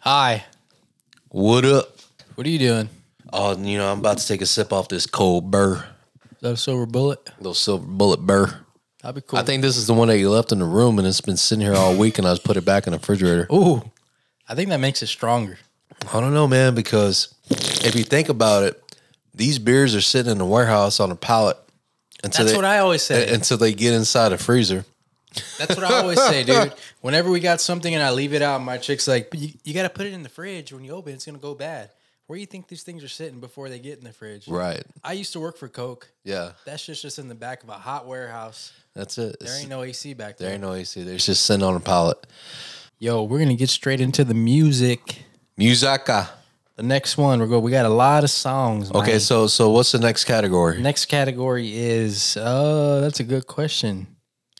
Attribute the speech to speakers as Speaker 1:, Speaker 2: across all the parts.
Speaker 1: Hi.
Speaker 2: What up?
Speaker 1: What are you doing?
Speaker 2: Oh, you know, I'm about to take a sip off this cold burr,
Speaker 1: Is that a silver bullet?
Speaker 2: little silver bullet burr.
Speaker 1: That'd be cool.
Speaker 2: I think this is the one that you left in the room, and it's been sitting here all week, and I just put it back in the refrigerator.
Speaker 1: Ooh, I think that makes it stronger.
Speaker 2: I don't know, man, because if you think about it, these beers are sitting in the warehouse on a pallet until
Speaker 1: That's
Speaker 2: they, uh,
Speaker 1: what I always say.
Speaker 2: until they get inside a freezer.
Speaker 1: That's what I always say, dude. Whenever we got something and I leave it out, my chick's like, "But you, you got to put it in the fridge. When you open, it, it's gonna go bad. Where do you think these things are sitting before they get in the fridge?
Speaker 2: Right.
Speaker 1: I used to work for Coke.
Speaker 2: Yeah.
Speaker 1: That's just just in the back of a hot warehouse.
Speaker 2: That's it.
Speaker 1: There ain't no AC back
Speaker 2: there
Speaker 1: there.
Speaker 2: ain't no AC. There's just sitting on a pallet.
Speaker 1: Yo, we're gonna get straight into the music.
Speaker 2: Muzaka.
Speaker 1: The next one, we're going. We got a lot of songs.
Speaker 2: Okay,
Speaker 1: man.
Speaker 2: so so what's the next category?
Speaker 1: Next category is uh that's a good question.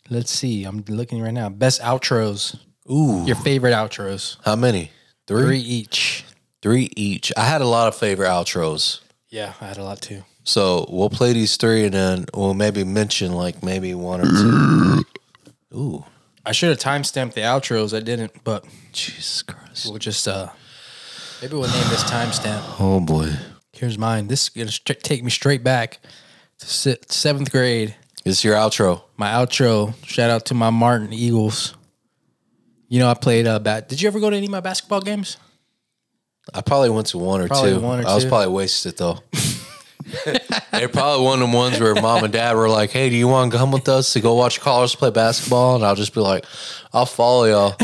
Speaker 1: Let's see. I'm looking right now. Best outros.
Speaker 2: Ooh,
Speaker 1: Your favorite outros.
Speaker 2: how many? Three?
Speaker 1: Three each.
Speaker 2: Three each. I had a lot of favorite outros.
Speaker 1: Yeah, I had a lot too.
Speaker 2: So we'll play these three and then we'll maybe mention like maybe one or two. Ooh,
Speaker 1: I should have timestamped the outros. I didn't, but
Speaker 2: Jesus Christ.
Speaker 1: we'll just uh maybe we'll name this timestamp.
Speaker 2: Oh boy.
Speaker 1: Here's mine. This is gonna stri- take me straight back to si- seventh grade.
Speaker 2: It's your outro.
Speaker 1: My outro. Shout out to my Martin Eagles. You know, I played uh bat. Did you ever go to any of my basketball games?
Speaker 2: I probably went to one or
Speaker 1: Probably
Speaker 2: two.
Speaker 1: one or
Speaker 2: I was
Speaker 1: two.
Speaker 2: probably wasted though. They're probably one of them ones where mom and dad were like, "Hey, do you want to come with us to go watch callers play basketball?" And I'll just be like, "I'll follow y'all."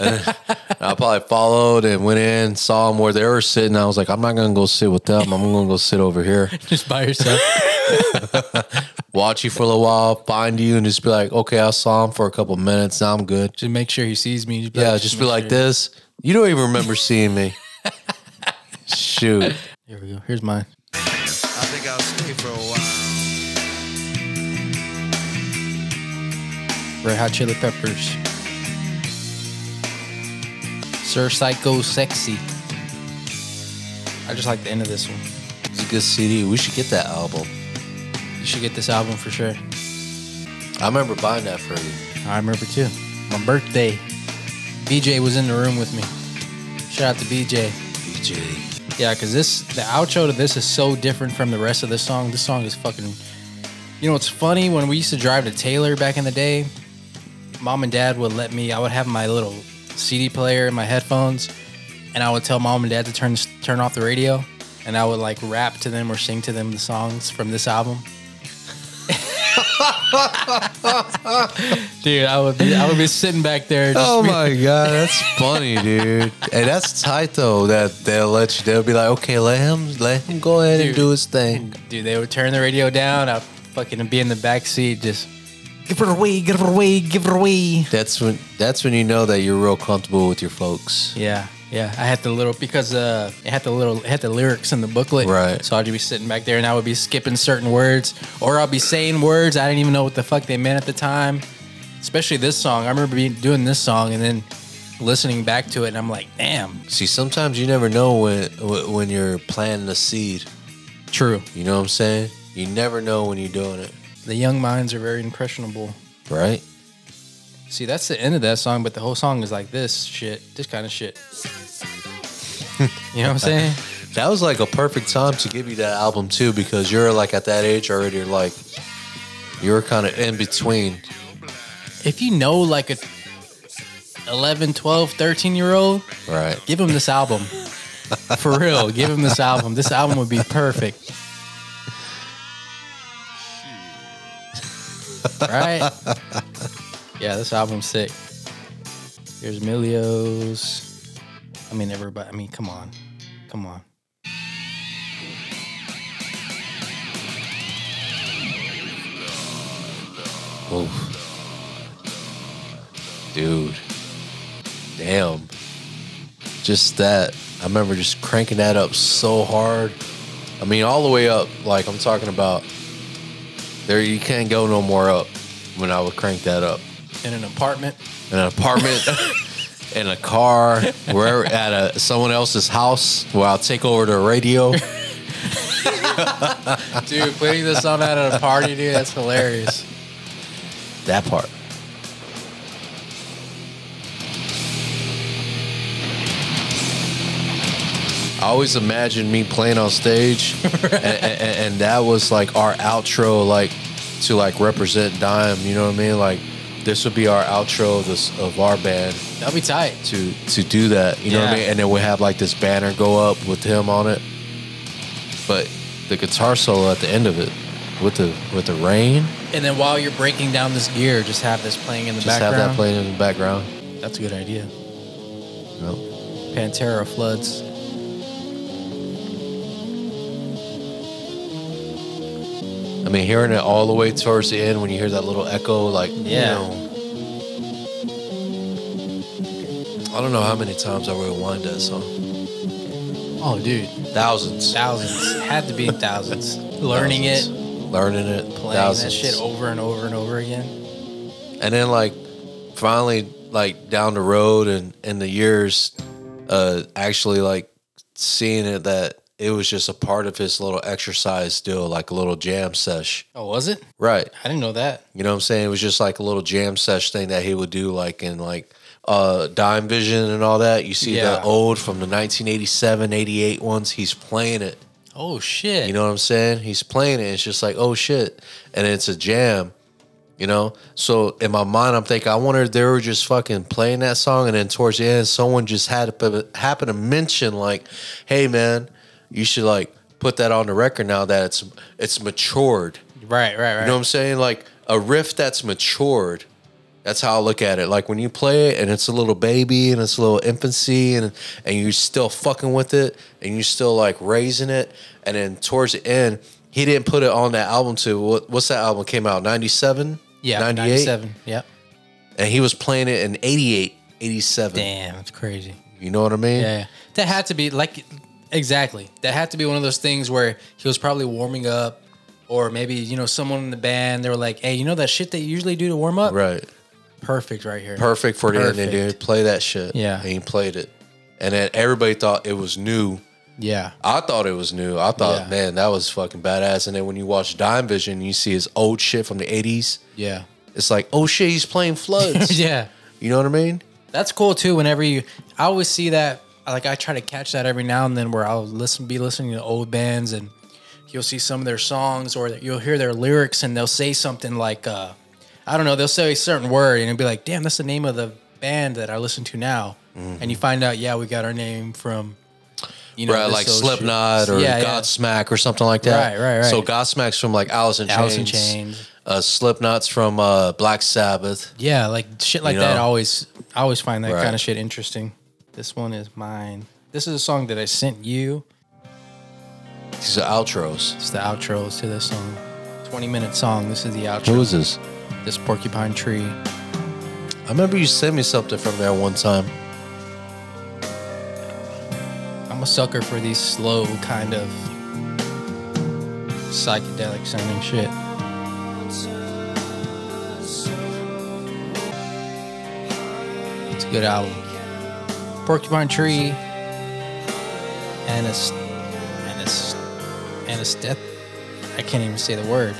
Speaker 2: And I probably followed and went in, saw them where they were sitting. I was like, "I'm not gonna go sit with them. I'm gonna go sit over here."
Speaker 1: Just by yourself.
Speaker 2: watch you for a little while, find you, and just be like, okay, I saw him for a couple minutes. Now I'm good.
Speaker 1: just make sure he sees me.
Speaker 2: Yeah, just be
Speaker 1: make
Speaker 2: like
Speaker 1: sure-
Speaker 2: this. You don't even remember seeing me. Shoot.
Speaker 1: Here we go. Here's mine.
Speaker 3: I think I'll stay for a while.
Speaker 1: Red Hot Chili Peppers. Sir Psycho Sexy. I just like the end of this one.
Speaker 2: It's a good CD. We should get that album.
Speaker 1: You should get this album for sure.
Speaker 2: I remember buying that for you.
Speaker 1: I remember too. My birthday. BJ was in the room with me. Shout out to BJ.
Speaker 2: DJ.
Speaker 1: Yeah, because this the outro to this is so different from the rest of the song. This song is fucking. You know, it's funny when we used to drive to Taylor back in the day. Mom and Dad would let me. I would have my little CD player and my headphones, and I would tell Mom and Dad to turn turn off the radio, and I would like rap to them or sing to them the songs from this album. Dude, I would be I would be sitting back there. Just
Speaker 2: Oh my god, that's funny, dude. Hey, that's tight though. That they'll let you. They'll be like, okay, let him, let him go ahead
Speaker 1: Dude.
Speaker 2: and do his thing.
Speaker 1: Dude, they would turn the radio down. I'd fucking be in the back seat just give her away, give her away, give her away.
Speaker 2: That's when. That's when you know that you're real comfortable with your folks.
Speaker 1: Yeah, yeah. I had the little because uh it had the little it had the lyrics in the booklet.
Speaker 2: Right.
Speaker 1: So I'd just be sitting back there and I would be skipping certain words or I'll be saying words I didn't even know what the fuck they meant at the time. Especially this song. I remember being, doing this song and then listening back to it and I'm like, "Damn,
Speaker 2: See, sometimes you never know when when when you're planting a seed.
Speaker 1: true.
Speaker 2: You know what I'm saying? You never know when you're doing it,
Speaker 1: The young minds are very impressionable."
Speaker 2: right?
Speaker 1: See, that's the end of that song, but the whole song is like this shit, this kind of shit. you know what I'm saying?
Speaker 2: That was like a perfect time to give you that album too, because you're like at that age already. You're like, you're kind of in between.
Speaker 1: If you know like a 11, 12, 13 year old,
Speaker 2: Right.
Speaker 1: give him this album. For real, give him this album. This album would be perfect. Right? Yeah, this album's sick. Here's Milio's. I mean, everybody. I mean, come on. Come on.
Speaker 2: Oof. Oh, Dude. Damn. Just that. I remember just cranking that up so hard. I mean, all the way up. Like, I'm talking about there, you can't go no more up when I would crank that up.
Speaker 1: In an apartment.
Speaker 2: in an apartment, in a car, wherever at a someone else's house where I'll take over the radio.
Speaker 1: Dude, putting this on out at a party, dude, that's hilarious.
Speaker 2: That part. I always imagined me playing on stage, and, and, and that was like our outro, like to like represent Dime. You know what I mean? Like this would be our outro of this of our band
Speaker 1: That'll be tight.
Speaker 2: to to do that. You know what I
Speaker 1: Yeah.
Speaker 2: mean? And then we have like this banner go up with him on it, but the guitar solo at the end of it with the with the rain,
Speaker 1: And then while you're breaking down this gear, just have this playing in the
Speaker 2: just have
Speaker 1: background.
Speaker 2: that playing in the background.
Speaker 1: That's a good idea.
Speaker 2: You know?
Speaker 1: Pantera floods.
Speaker 2: I mean, hearing it all the way towards the end when you hear that little echo, like
Speaker 1: Yeah.
Speaker 2: You know, I don't know how many times I rewind that song.
Speaker 1: Oh, dude,
Speaker 2: Thousands.
Speaker 1: thousands had to be in thousands. Learning
Speaker 2: Thousands.
Speaker 1: it,
Speaker 2: learning it,
Speaker 1: playing
Speaker 2: thousands.
Speaker 1: that shit over and over and over again.
Speaker 2: and then like finally like down the road and in the years uh actually like seeing it that it was just a part of his little exercise deal like a little jam sesh
Speaker 1: Oh, was it?
Speaker 2: right
Speaker 1: I didn't know that.
Speaker 2: you know what i'm saying it was just like a little jam sesh thing that he would do like in like uh dime vision and all that you see
Speaker 1: Yeah.
Speaker 2: the old from the 1987 88 ones he's playing it
Speaker 1: Oh shit.
Speaker 2: you know what I'm saying? He's playing it. It's just like, oh shit. And it's a jam, you know? So in my mind, I'm thinking, I wonder if they were just fucking playing that song. And then towards the end, someone just had to happen to mention, like, hey, man, you should like put that on the record now that it's it's matured.
Speaker 1: right, right, right.
Speaker 2: You know what I'm saying? Like a riff that's matured. That's how I look at it. Like when you play it and it's a little baby and it's a little infancy and and you're still fucking with it and you're still like raising it. And then towards the end, he didn't put it on that album to what, what's that album came out? 97?
Speaker 1: yeah,
Speaker 2: 98?
Speaker 1: 97. Yep.
Speaker 2: And he was playing it in 88, 87.
Speaker 1: Damn, that's crazy.
Speaker 2: You know what I mean?
Speaker 1: Yeah, yeah. That had to be like exactly. That had to be one of those things where he was probably warming up, or maybe you know someone in the band. They were like, "Hey, you know that shit they usually do to warm up?
Speaker 2: Right.
Speaker 1: Perfect, right here.
Speaker 2: Perfect for the end. They
Speaker 1: Perfect.
Speaker 2: did play that shit.
Speaker 1: Yeah.
Speaker 2: And he played it. And then everybody thought it was new.
Speaker 1: Yeah,
Speaker 2: I thought it was new. I thought,
Speaker 1: Yeah.
Speaker 2: man, that was fucking badass. And then when you watch Dime Vision, you see his old shit from the '80s.
Speaker 1: yeah,
Speaker 2: It's like, oh shit, he's playing Floods.
Speaker 1: yeah.
Speaker 2: You know what I mean?
Speaker 1: That's cool too. Whenever you, I always see that. Like I try to catch that every now and then, where I'll listen, be listening to old bands, and you'll see some of their songs, or you'll hear their lyrics, and they'll say something like, uh, I don't know, they'll say a certain word, and it'll be like, damn, that's the name of the band that I listen to now, and you find out, yeah, we got our name from, you know,
Speaker 2: right,
Speaker 1: this
Speaker 2: like
Speaker 1: old shit.
Speaker 2: Slipknot or
Speaker 1: Yeah, yeah.
Speaker 2: Godsmack or something like that.
Speaker 1: Right, right, right.
Speaker 2: So Godsmack's from like Alice in Chains.
Speaker 1: Alice in Chains.
Speaker 2: Uh, Slipknot's from uh, Black Sabbath.
Speaker 1: Yeah, like shit like
Speaker 2: You
Speaker 1: that.
Speaker 2: know?
Speaker 1: I always, I always find that
Speaker 2: Right.
Speaker 1: kind of shit interesting. This one is mine. This is a song that I sent you.
Speaker 2: These are outros.
Speaker 1: It's the outros to this song. 20 minute song. This is the
Speaker 2: Who
Speaker 1: outro.
Speaker 2: is this?
Speaker 1: This porcupine tree.
Speaker 2: I remember you sent me something from there one time.
Speaker 1: I'm a sucker for these slow kind of psychedelic sounding shit. It's a good album. Porcupine tree. Anast. Anast. Anasthet. I can't even say the word.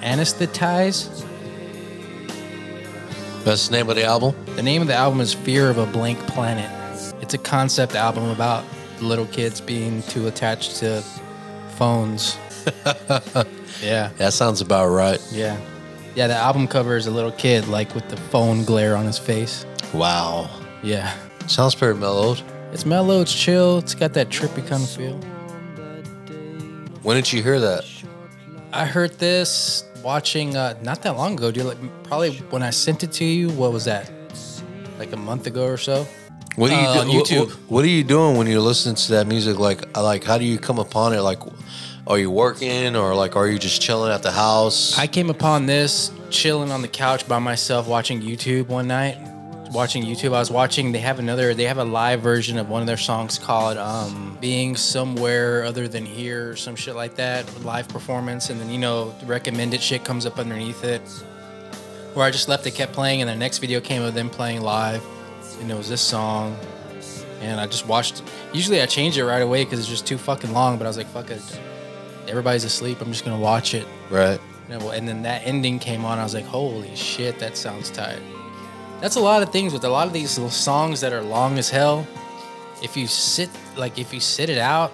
Speaker 1: Anesthetize?
Speaker 2: That's the name of the album.
Speaker 1: The name of the album is Fear of a Blank Planet. It's a concept album about little kids being too attached to phones. yeah,
Speaker 2: That sounds about right.
Speaker 1: yeah. Yeah, the album cover is a little kid, like with the phone glare on his face.
Speaker 2: Wow.
Speaker 1: Yeah.
Speaker 2: Sounds pretty mellowed.
Speaker 1: It's mellow, it's chill, it's got that trippy kind of feel.
Speaker 2: When did you hear that?
Speaker 1: I heard this watching uh, not that long ago, dude. Like, probably when I sent it to you, what was that? Like a month ago or so?
Speaker 2: What are you
Speaker 1: Uh,
Speaker 2: do- what-
Speaker 1: YouTube.
Speaker 2: What, what are you doing when you're listening to that music? Like, like, how do you come upon it? Like, are you working or like, are you just chilling at the house?
Speaker 1: I came upon this chilling on the couch by myself watching YouTube one night. Watching YouTube, I was watching. They have another. They have a live version of one of their songs called um, "Being Somewhere Other Than Here" or some shit like that. Live performance, and then you know, recommended shit comes up underneath it. Where I just left it, kept playing, and the next video came of them playing live, and it was this song. And I just watched. Usually I change it right away because it's just too fucking long. But I was like, fuck it. Everybody's asleep. I'm just gonna watch it.
Speaker 2: right.
Speaker 1: Yeah, well, And then that ending came on. I was like, holy shit, that sounds tight. That's a lot of things with a lot of these little songs that are long as hell. if you sit like if you sit it out,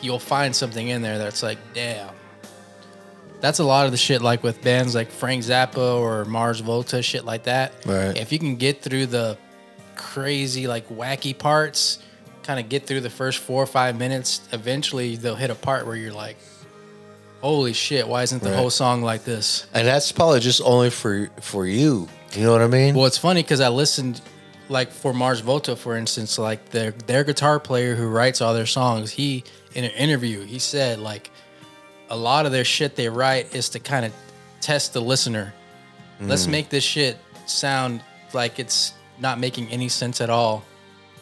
Speaker 1: you'll find something in there that's like, damn. That's a lot of the shit like with bands like Frank Zappa or Mars Volta, shit like that.
Speaker 2: Right.
Speaker 1: If you can get through the crazy, like wacky parts, kind of get through the first four or five minutes, eventually they'll hit a part where you're like, Holy shit, why isn't the
Speaker 2: Right.
Speaker 1: whole song like this?
Speaker 2: And that's probably just only for for you. You know what I mean?
Speaker 1: Well, it's funny because I listened, like for Mars Volta, for instance, like their their guitar player who writes all their songs. He in an interview he said like a lot of their shit they write is to kind of test the listener. Let's
Speaker 2: Mm.
Speaker 1: make this shit sound like it's not making any sense at all.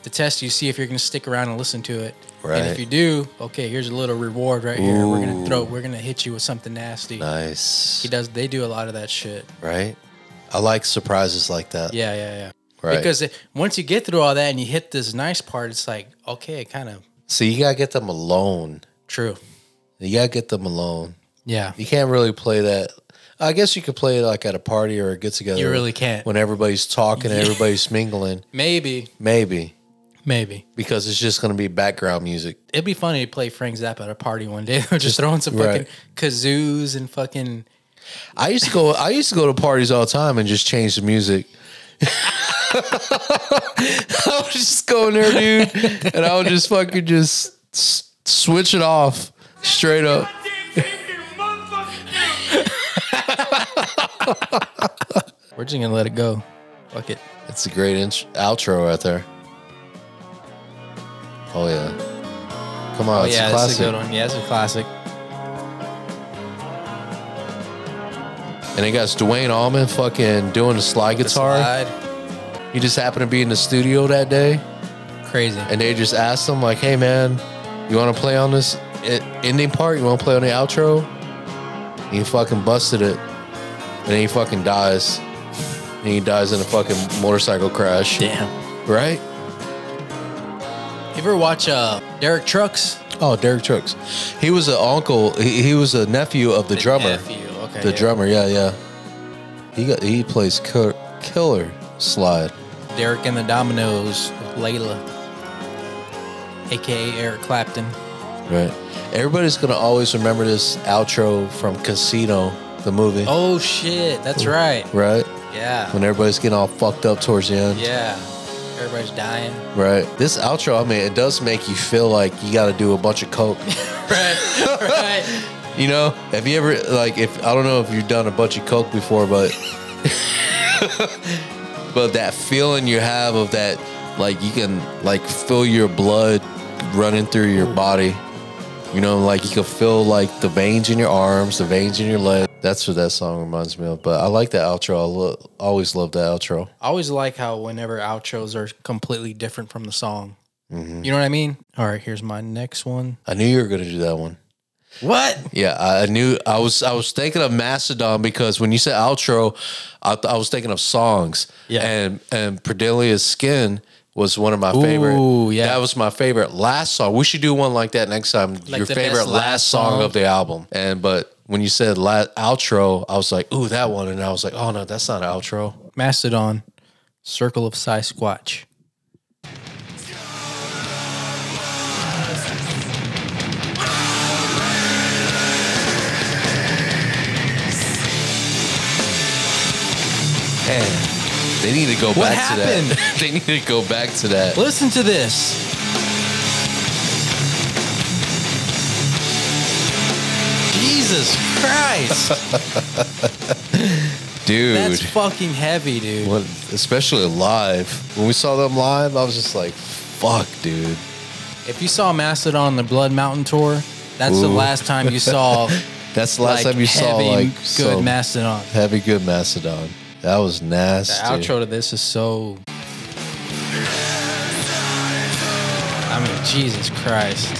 Speaker 1: To test you, see if you're gonna stick around and listen to it. And
Speaker 2: Right.
Speaker 1: if you do, okay, here's a little reward right here. We're gonna
Speaker 2: Ooh.
Speaker 1: throw. We're gonna hit you with something nasty.
Speaker 2: Nice.
Speaker 1: He does. They do a lot of that shit.
Speaker 2: Right? I like surprises like that.
Speaker 1: Yeah, yeah, yeah.
Speaker 2: Right.
Speaker 1: Because it- once you get through all that and you hit this nice part, it's like, okay, kind of
Speaker 2: so you gotta get them alone.
Speaker 1: true.
Speaker 2: You gotta get them alone.
Speaker 1: Yeah.
Speaker 2: You can't really play that. I guess you could play it like at a party or a get together.
Speaker 1: You really can't.
Speaker 2: When everybody's talking and everybody's mingling,
Speaker 1: Maybe,
Speaker 2: maybe
Speaker 1: maybe.
Speaker 2: because it's just gonna be background music.
Speaker 1: It'd be funny to play Frank Zappa at a party one day. They're just throwing some fucking
Speaker 2: Right.
Speaker 1: kazoos and fucking.
Speaker 2: I used to go. I used to go to parties all the time and just change the music. I was just going there, dude, and I would just fucking just s- switch it off straight up.
Speaker 1: We're just gonna let it go. Fuck it.
Speaker 2: It's a great int- outro right there. Oh yeah, come on,
Speaker 1: Oh
Speaker 2: it's
Speaker 1: yeah,
Speaker 2: a
Speaker 1: that's a
Speaker 2: classic,
Speaker 1: good one. Yeah, that's a classic.
Speaker 2: and it got Dwayne Allman fucking doing the slide
Speaker 1: The
Speaker 2: guitar.
Speaker 1: slide.
Speaker 2: He just happened to be in the studio that day,
Speaker 1: Crazy.
Speaker 2: and they just asked him like, "Hey man, you want to play on this e- ending part? You want to play on the outro?" And he fucking busted it, and then he fucking dies, and he dies in a fucking motorcycle crash.
Speaker 1: Damn.
Speaker 2: Right?
Speaker 1: You ever watch uh Derek Trucks?
Speaker 2: Oh, Derek Trucks. He was an uncle. He, he was a nephew of the, drummer.
Speaker 1: F you. Okay.
Speaker 2: The
Speaker 1: yeah.
Speaker 2: drummer, yeah, yeah. He got he plays killer, killer slide.
Speaker 1: Derek and the Dominoes with Layla, aka Eric Clapton.
Speaker 2: Right. Everybody's gonna always remember this outro from Casino, the movie.
Speaker 1: Oh shit, that's right.
Speaker 2: Right?
Speaker 1: Yeah.
Speaker 2: When everybody's getting all fucked up towards the end.
Speaker 1: Yeah. Everybody's dying.
Speaker 2: Right. This outro, I mean, it does make you feel like you gotta do a bunch of coke.
Speaker 1: Right. right.
Speaker 2: you know? Have you ever like if I don't know if you've done a bunch of coke before, but but that feeling you have of that like you can like feel your blood running through your body you know like you can feel like the veins in your arms the veins in your leg that's what that song reminds me of but i like that outro i lo- always love that outro
Speaker 1: I always like how whenever outros are completely different from the song.
Speaker 2: Mm-hmm.
Speaker 1: You know what I mean? All right, here's my next one.
Speaker 2: i knew you were gonna do that one
Speaker 1: What?
Speaker 2: yeah i I knew i was i was thinking of mastodon because when you said outro i, th- I was thinking of songs
Speaker 1: Yeah.
Speaker 2: and and Perdelia's skin was one of my favorite.
Speaker 1: Ooh, yeah.
Speaker 2: That was my favorite last song. We should do one like that next time. Your
Speaker 1: the
Speaker 2: favorite
Speaker 1: best
Speaker 2: last,
Speaker 1: last
Speaker 2: song,
Speaker 1: song.
Speaker 2: of the album. And but when you said la outro, I was like, ooh, that one. And I was like, oh no, that's not an outro.
Speaker 1: Mastodon, Circle of Psy Squatch.
Speaker 2: Man, they need to go back to that.
Speaker 1: happened?
Speaker 2: they need to go back to that.
Speaker 1: Listen to this. Jesus Christ.
Speaker 2: Dude.
Speaker 1: That's fucking heavy, dude.
Speaker 2: What, especially live. When we saw them live, I was just like, fuck, dude.
Speaker 1: If you saw Mastodon on the Blood Mountain tour, that's the
Speaker 2: Ooh.
Speaker 1: last time you saw
Speaker 2: That's the last
Speaker 1: like,
Speaker 2: time you saw
Speaker 1: heavy,
Speaker 2: like
Speaker 1: good
Speaker 2: some
Speaker 1: Mastodon.
Speaker 2: heavy good Mastodon. That was
Speaker 1: The
Speaker 2: nasty.
Speaker 1: outro to this is so. I mean, Jesus Christ.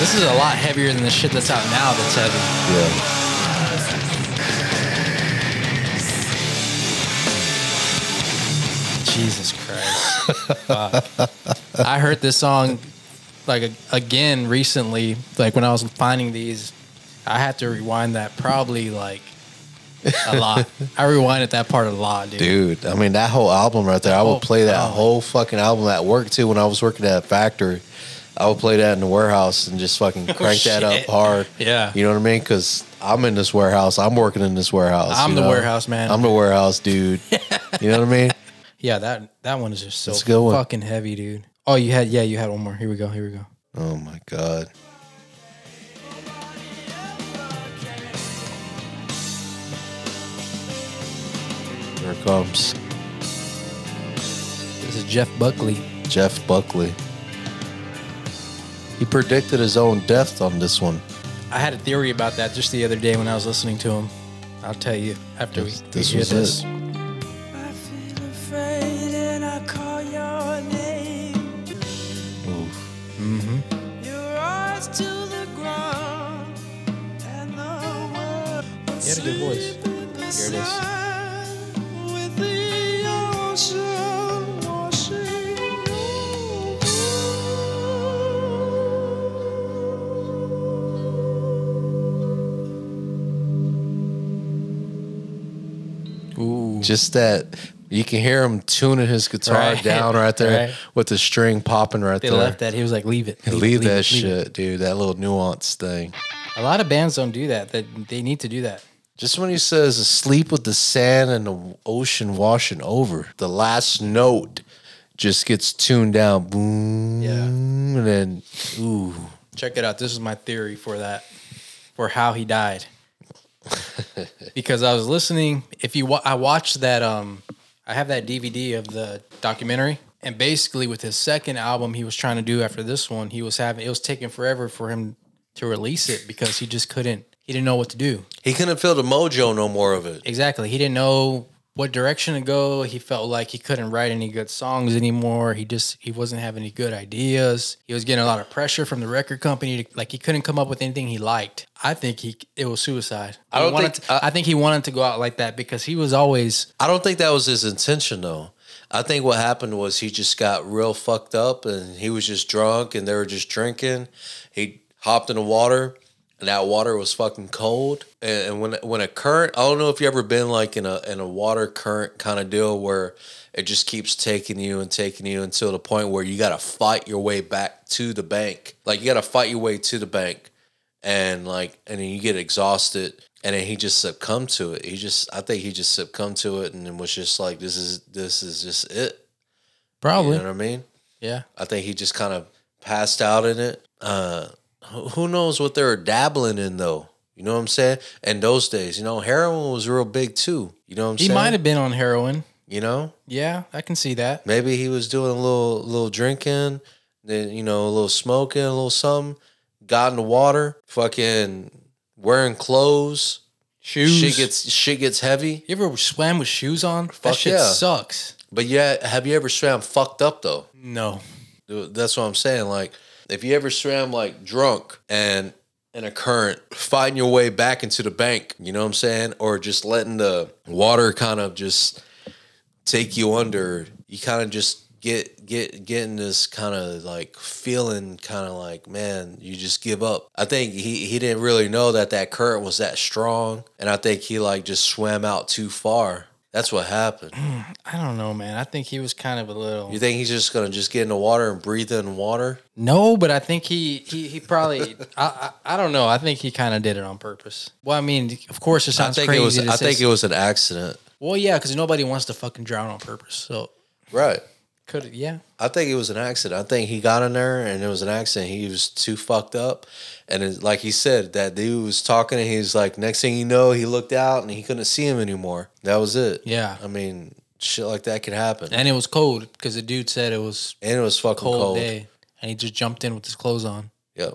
Speaker 1: This is a lot heavier than the shit that's out now that's heavy.
Speaker 2: Yeah.
Speaker 1: Jesus Christ. Fuck. I heard this song like a- again recently, like when I was finding these. I had to rewind that probably like a lot. I rewinded that part a lot, dude.
Speaker 2: Dude, I mean that whole album right there. I
Speaker 1: whole-
Speaker 2: would play that
Speaker 1: oh.
Speaker 2: whole fucking album at work too. When I was working at a factory, I would play that in the warehouse and just fucking crank that up
Speaker 1: Oh, shit.
Speaker 2: hard.
Speaker 1: Yeah.
Speaker 2: you know what I mean? Because I'm in this warehouse. I'm working in this warehouse.
Speaker 1: I'm
Speaker 2: you
Speaker 1: the
Speaker 2: know?
Speaker 1: warehouse man.
Speaker 2: I'm the warehouse dude. you know what I mean?
Speaker 1: Yeah, that that one is just so
Speaker 2: That's a good one.
Speaker 1: fucking heavy, dude. Oh, you had yeah, you had one more. Here we go. Here we go.
Speaker 2: Oh my god. Here it comes
Speaker 1: This is Jeff Buckley.
Speaker 2: Jeff Buckley. He predicted his own death on this one.
Speaker 1: I had a theory about that just the other day when I was listening to him. I'll tell you after we,
Speaker 2: This-
Speaker 1: we
Speaker 2: this
Speaker 1: hear
Speaker 2: was
Speaker 1: this.
Speaker 2: it.
Speaker 4: I feel afraid and I call your name.
Speaker 2: Oof.
Speaker 4: Your eyes to the ground and the world.
Speaker 1: He had a good voice. Here it is.
Speaker 4: With the ocean washing
Speaker 1: Ooh.
Speaker 2: Just that you can hear him tuning his guitar
Speaker 1: Right.
Speaker 2: down right there
Speaker 1: Right.
Speaker 2: with the string popping right
Speaker 1: They
Speaker 2: there.
Speaker 1: left that. He was like, leave it.
Speaker 2: Leave,
Speaker 1: it, it, leave
Speaker 2: that
Speaker 1: it."
Speaker 2: shit, dude. That little nuance thing.
Speaker 1: A lot of bands don't do that. That they need to do that.
Speaker 2: Just when he says asleep with the sand and the ocean washing over, the last note just gets tuned down. Boom.
Speaker 1: Yeah.
Speaker 2: And then, ooh.
Speaker 1: Check it out. This is my theory for that, for how he died. because I was listening. If you, wa- I watched that. Um, I have that DVD of the documentary, and basically with his second album, he was trying to do after this one, he was having it was taking forever for him to release it because he just couldn't. He didn't know what to do.
Speaker 2: He couldn't feel the mojo no more of it.
Speaker 1: Exactly. He didn't know what direction to go. He felt like he couldn't write any good songs anymore. He just he wasn't having any good ideas. He was getting a lot of pressure from the record company. To, like he couldn't come up with anything he liked. I think he it was suicide.
Speaker 2: I don't
Speaker 1: He wanted
Speaker 2: think-
Speaker 1: to-
Speaker 2: I-
Speaker 1: I think he wanted to go out like that because he was always
Speaker 2: I don't think that was his intention, though. I think what happened was he just got real fucked up and he was just drunk and they were just drinking. He hopped in the water and that water was fucking cold. And, and when when a current, I don't know if you ever been like in a in a water current kind of deal where it just keeps taking you and taking you until the point where you got to fight your way back to the bank. Like you got to fight your way to the bank and like and then you get exhausted and then he just succumbed to it he just i think he just succumbed to it and then was just like this is this is just it you
Speaker 1: probably
Speaker 2: know what i mean
Speaker 1: yeah.
Speaker 2: i think he just kind of passed out in it uh who who knows what they were dabbling in though you know what i'm saying in those days you know heroin was real big too you know what i'm
Speaker 1: He
Speaker 2: saying
Speaker 1: might have been on heroin.
Speaker 2: you know
Speaker 1: Yeah, I can see that.
Speaker 2: Maybe he was doing a little little drinking, then you know, a little smoking, a little something, got in the water, fucking wearing clothes.
Speaker 1: Shoes.
Speaker 2: Shit gets shit gets heavy.
Speaker 1: you ever swam with shoes on?
Speaker 2: Fuck
Speaker 1: that shit
Speaker 2: yeah.
Speaker 1: sucks.
Speaker 2: But yeah, have you ever swam fucked up though?
Speaker 1: No.
Speaker 2: That's what I'm saying. Like if you ever swam like drunk and in a current, fighting your way back into the bank, you know what I'm saying? Or just letting the water kind of just take you under, you kind of just get get getting this kind of like feeling kind of like man you just give up i think he he didn't really know that that current was that strong and i think he like just swam out too far that's what happened
Speaker 1: I don't know, man. I think he was kind of a little
Speaker 2: you think he's just gonna just get in the water and breathe in water
Speaker 1: No, but I think he he, he probably I, I I don't know. I think he kind of did it on purpose. Well, I mean, of course, it
Speaker 2: I
Speaker 1: sounds
Speaker 2: think
Speaker 1: crazy.
Speaker 2: it was.
Speaker 1: to
Speaker 2: I
Speaker 1: say
Speaker 2: think
Speaker 1: so-
Speaker 2: it was an accident.
Speaker 1: Well, yeah, because nobody wants to fucking drown on purpose. So
Speaker 2: Right.
Speaker 1: could yeah.
Speaker 2: I think it was an accident. I think he got in there and it was an accident. He was too fucked up, and it, like he said, that dude was talking and he's like, next thing you know, he looked out and he couldn't see him anymore. That was it.
Speaker 1: Yeah.
Speaker 2: I mean, shit like that could happen. And,
Speaker 1: And it was cold because the dude said it was
Speaker 2: it was fucking
Speaker 1: cold,
Speaker 2: cold.
Speaker 1: day, and he just jumped in with his clothes on.
Speaker 2: Yep.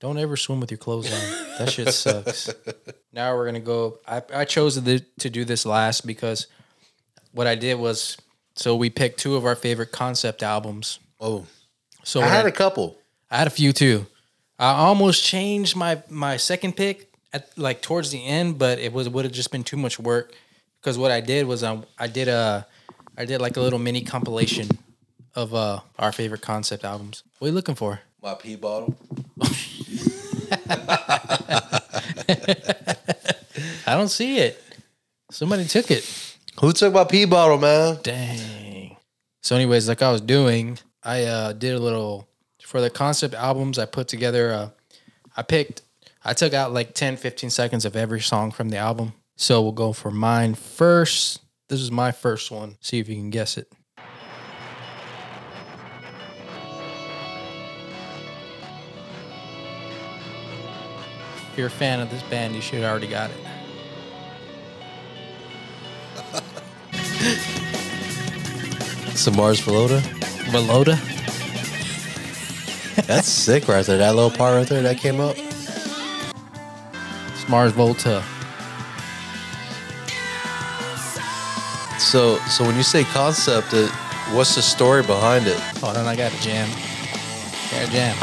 Speaker 1: Don't ever swim with your clothes on. That shit sucks. Now we're gonna go. I I chose to do- to do this last because what I did was so we picked two of our favorite concept albums.
Speaker 2: Oh,
Speaker 1: So
Speaker 2: I
Speaker 1: what
Speaker 2: had a couple.
Speaker 1: I had a few too. I almost changed my my second pick at like towards the end, but it was would have just been too much work because what I did was um, I did a I did like a little mini compilation of uh our favorite concept albums. What are you looking for?
Speaker 2: My pee bottle.
Speaker 1: I don't see it. Somebody took it.
Speaker 2: Who took my pee bottle, man?
Speaker 1: Dang. So, anyways, like I was doing, I uh, did a little for the concept albums. I put together, uh, I picked, I took out like 10, 15 seconds of every song from the album. So, we'll go for mine first. This is my first one. See if you can guess it. If you're a fan of this band, you should have already got it.
Speaker 2: Some Mars Volota.
Speaker 1: Meloda?
Speaker 2: That's sick right there. That little part right there that came up.
Speaker 1: It's Mars Volta.
Speaker 2: So, so when you say concept, it, what's the story behind it?
Speaker 1: Hold on, Oh, I got a jam. Got a jam.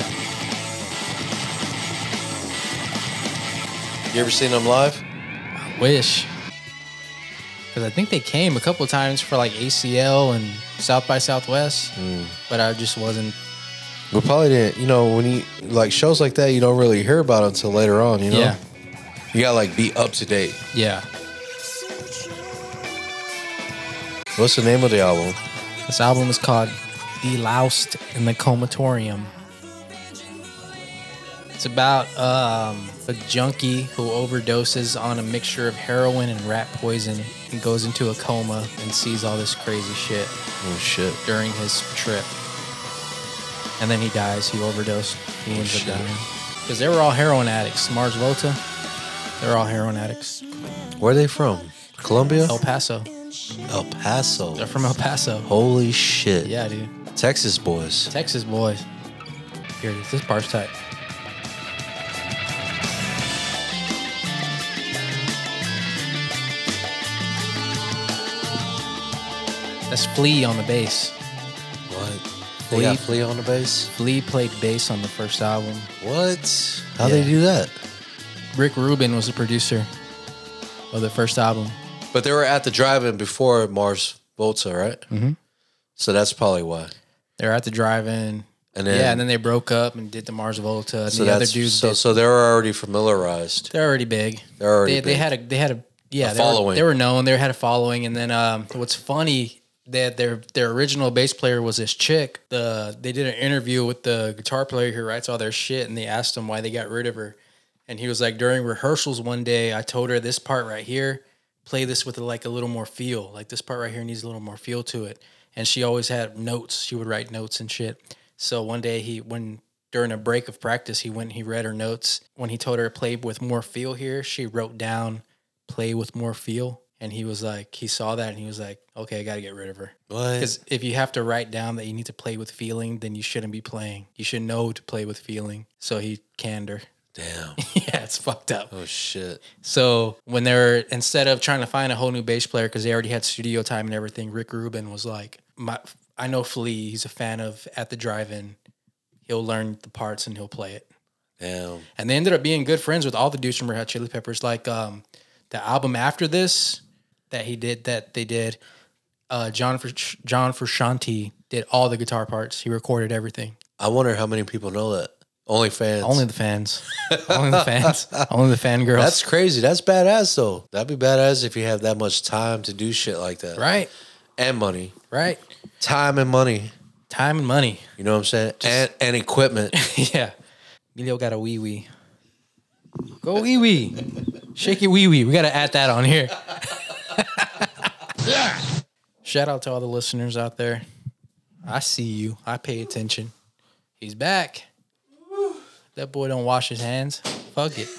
Speaker 2: You ever seen them live?
Speaker 1: Wish. Because I think they came a couple times for like ACL and South by Southwest, but I just wasn't.
Speaker 2: We probably didn't. You know, when you like shows like that, you don't really hear about it until later on. You know,
Speaker 1: Yeah.
Speaker 2: you gotta like be up to date.
Speaker 1: Yeah.
Speaker 2: What's the name of the album?
Speaker 1: This album is called The Loused in the Comatorium. It's about um, a junkie who overdoses on a mixture of heroin and rat poison and goes into a coma and sees all this crazy shit
Speaker 2: Oh shit!
Speaker 1: during his trip. And then he dies. He overdosed. He ends
Speaker 2: shit.
Speaker 1: up dying. Because they were all heroin addicts. Mars Volta, they're all heroin addicts.
Speaker 2: Where are they from? Colombia?
Speaker 1: El Paso.
Speaker 2: El Paso.
Speaker 1: They're from El Paso.
Speaker 2: Holy shit!
Speaker 1: Yeah, dude.
Speaker 2: Texas boys.
Speaker 1: Texas boys. Here it is. This part's tight. That's Flea on the bass.
Speaker 2: What? They got Flea on the bass.
Speaker 1: Flea played bass on the first album.
Speaker 2: What? How
Speaker 1: Yeah.
Speaker 2: they do that?
Speaker 1: Rick Rubin was the producer of the first album.
Speaker 2: But they were at the drive-in before Mars Volta, right? Mm-hmm. So that's probably why.
Speaker 1: They were at the drive-in.
Speaker 2: And then,
Speaker 1: yeah, and then they broke up and did the Mars Volta. And
Speaker 2: so
Speaker 1: the other
Speaker 2: that's-
Speaker 1: dudes,
Speaker 2: So,
Speaker 1: did-
Speaker 2: so they're already familiarized.
Speaker 1: they're already big.
Speaker 2: They're already
Speaker 1: they, they
Speaker 2: big.
Speaker 1: had a they had a yeah
Speaker 2: A
Speaker 1: they were-
Speaker 2: following.
Speaker 1: They were known. They had a following. And then um, what's funny that their their original bass player was this chick. The they did an interview with the guitar player who writes all their shit, and they asked him why they got rid of her, and he was like, during rehearsals one day, I told her this part right here, play this with like a little more feel. Like this part right here needs a little more feel to it. And she always had notes. She would write notes and shit. So one day he when during a break of practice, he went and he read her notes. When he told her to play with more feel here, she wrote down play with more feel. And he was like, he saw that and he was like, okay, I got to get rid of her.
Speaker 2: What?
Speaker 1: Because if you have to write down that you need to play with feeling, then you shouldn't be playing. You should know to play with feeling. So he canned her.
Speaker 2: Damn.
Speaker 1: yeah, it's fucked up.
Speaker 2: Oh shit.
Speaker 1: So when they were instead of trying to find a whole new bass player because they already had studio time and everything, Rick Rubin was like, "My, I know Flea. He's a fan of At the Drive-In. He'll learn the parts and he'll play it."
Speaker 2: Damn.
Speaker 1: And they ended up being good friends with all the dudes from Red Hot Chili Peppers. Like um, the album after this that he did that they did, uh, John for John Frusciante did all the guitar parts. He recorded everything.
Speaker 2: I wonder how many people know that. Only fans.
Speaker 1: Only the fans. Only the fans. Only the fangirls.
Speaker 2: That's crazy. That's badass though. That'd be badass if you have that much time to do shit like that.
Speaker 1: right.
Speaker 2: And money.
Speaker 1: Right.
Speaker 2: Time and money.
Speaker 1: Time and money.
Speaker 2: You know what I'm saying? and and equipment.
Speaker 1: yeah. Emilio got a wee wee. Go wee wee. Shake your wee wee. We got to add that on here. Shout out to all the listeners out there. I see you. I pay attention. He's back. That boy don't wash his hands. Fuck it.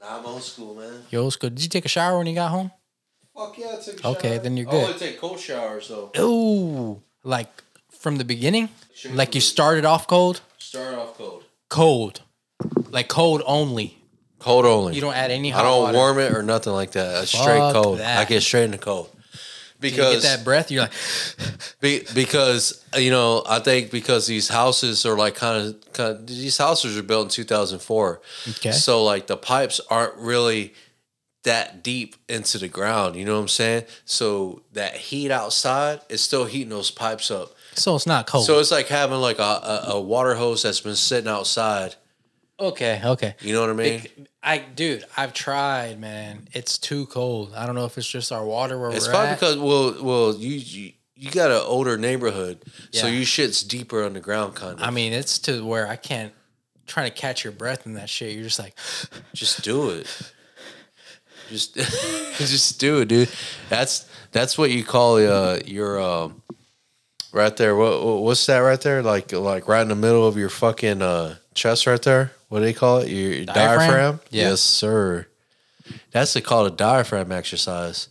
Speaker 2: nah, I'm old school, man.
Speaker 1: Yo, it's good. Did you take a shower when you got home?
Speaker 2: Fuck yeah, I took a
Speaker 1: Okay, shower. then you're I only good.
Speaker 2: take cold showers though.
Speaker 1: Ooh. Like from the beginning? Like you started off cold?
Speaker 2: Start off cold.
Speaker 1: Cold. Like cold only.
Speaker 2: Cold only.
Speaker 1: You don't add any hot
Speaker 2: I don't
Speaker 1: water.
Speaker 2: warm it or nothing like that. It's straight
Speaker 1: Fuck
Speaker 2: cold.
Speaker 1: that.
Speaker 2: I get straight in the cold.
Speaker 1: You get
Speaker 2: Because
Speaker 1: that breath, you're like,
Speaker 2: Be, because uh, you know, I think because these houses are like kind of, kind of these houses are built in 2004.
Speaker 1: Okay.
Speaker 2: So like the pipes aren't really that deep into the ground. You know what I'm saying? So that heat outside is still heating those pipes up.
Speaker 1: so it's not cold.
Speaker 2: So it's like having like a, a, a water hose that's been sitting outside
Speaker 1: Okay, okay.
Speaker 2: You know what I mean?
Speaker 1: Bec- I dude, I've tried, man. It's too cold. I don't know if it's just our water where
Speaker 2: It's
Speaker 1: we're
Speaker 2: probably
Speaker 1: at.
Speaker 2: because well, well, you you, you got an older neighborhood, so
Speaker 1: Yeah.
Speaker 2: your shit's deeper underground, kind of.
Speaker 1: I mean, it's to where I can't trying to catch your breath in that shit. You're just like,
Speaker 2: just do it. Just, just do it, dude. That's that's what you call uh, your um, right there. What what- what's that right there? Like like right in the middle of your fucking uh, chest, right there. What do they call it? Your diaphragm.
Speaker 1: Diaphragm? Yeah.
Speaker 2: Yes, sir. That's a, called a diaphragm exercise.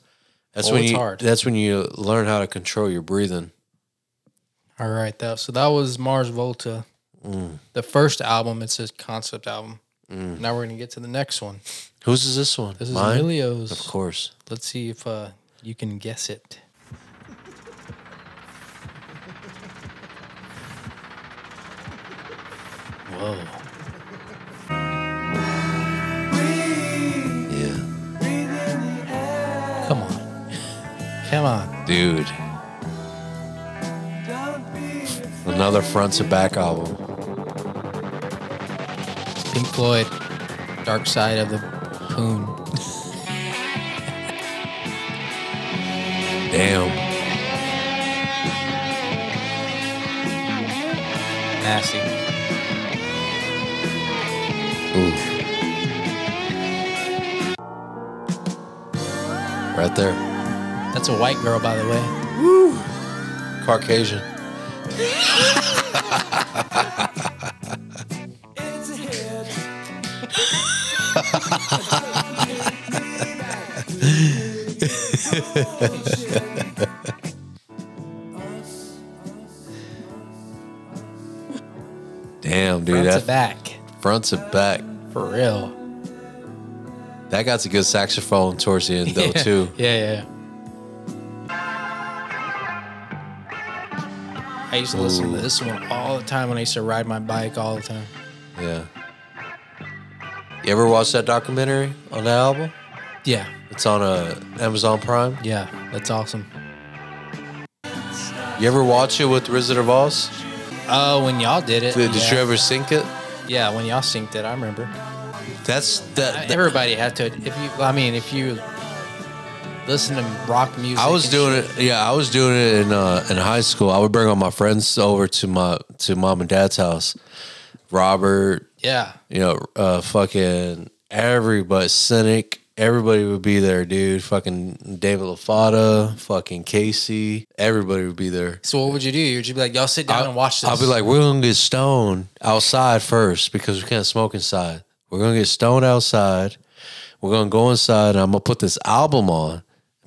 Speaker 2: That's
Speaker 1: Oh,
Speaker 2: when
Speaker 1: it's
Speaker 2: you.
Speaker 1: hard.
Speaker 2: That's when you learn how to control your breathing.
Speaker 1: all right, that so that was Mars Volta.
Speaker 2: Mm.
Speaker 1: The first album, it's a concept album. Now we're gonna get to the next one.
Speaker 2: Whose is this one?
Speaker 1: This is
Speaker 2: Mm. Mine?
Speaker 1: Emilio's.
Speaker 2: Of course.
Speaker 1: Let's see if uh, you can guess it. Whoa.
Speaker 2: Yeah.
Speaker 1: Come on. Come on.
Speaker 2: Dude. Another front to back album.
Speaker 1: Pink Floyd, Dark Side of the Moon.
Speaker 2: Damn.
Speaker 1: Nasty.
Speaker 2: Ooh. Right there.
Speaker 1: That's a white girl, by the way.
Speaker 2: Caucasian. Damn, dude.
Speaker 1: Front
Speaker 2: that
Speaker 1: to back.
Speaker 2: front to back.
Speaker 1: For real.
Speaker 2: That got a good saxophone towards the end, though, too.
Speaker 1: Yeah, yeah, yeah. I used to listen to this one all the time when I used to ride my bike all the time.
Speaker 2: Yeah. You ever watch that documentary on the album?
Speaker 1: Yeah,
Speaker 2: It's on uh, Amazon Prime.
Speaker 1: yeah, that's awesome.
Speaker 2: You ever watch it with Wizard of Oz?
Speaker 1: Oh, when y'all did it.
Speaker 2: Did,
Speaker 1: yeah.
Speaker 2: did you ever sync it?
Speaker 1: Yeah, when y'all synced it, I remember.
Speaker 2: That's that. that
Speaker 1: Uh, Everybody had to. If you, I mean, if you listen to rock music,
Speaker 2: I was
Speaker 1: and
Speaker 2: doing
Speaker 1: shit,
Speaker 2: it. Yeah, I was doing it in uh, in high school. I would bring all my friends over to my to mom and dad's house. Robert,
Speaker 1: Yeah,
Speaker 2: you know, uh, fucking everybody, Cynic, everybody would be there, dude. Fucking David LaFada, fucking Casey, everybody would be there.
Speaker 1: So what would you do? Would you be like, y'all sit down and watch this?
Speaker 2: I'll be like, we're gonna get stoned outside first because we can't smoke inside. We're gonna get stoned outside. We're gonna go inside and I'm gonna put this album on.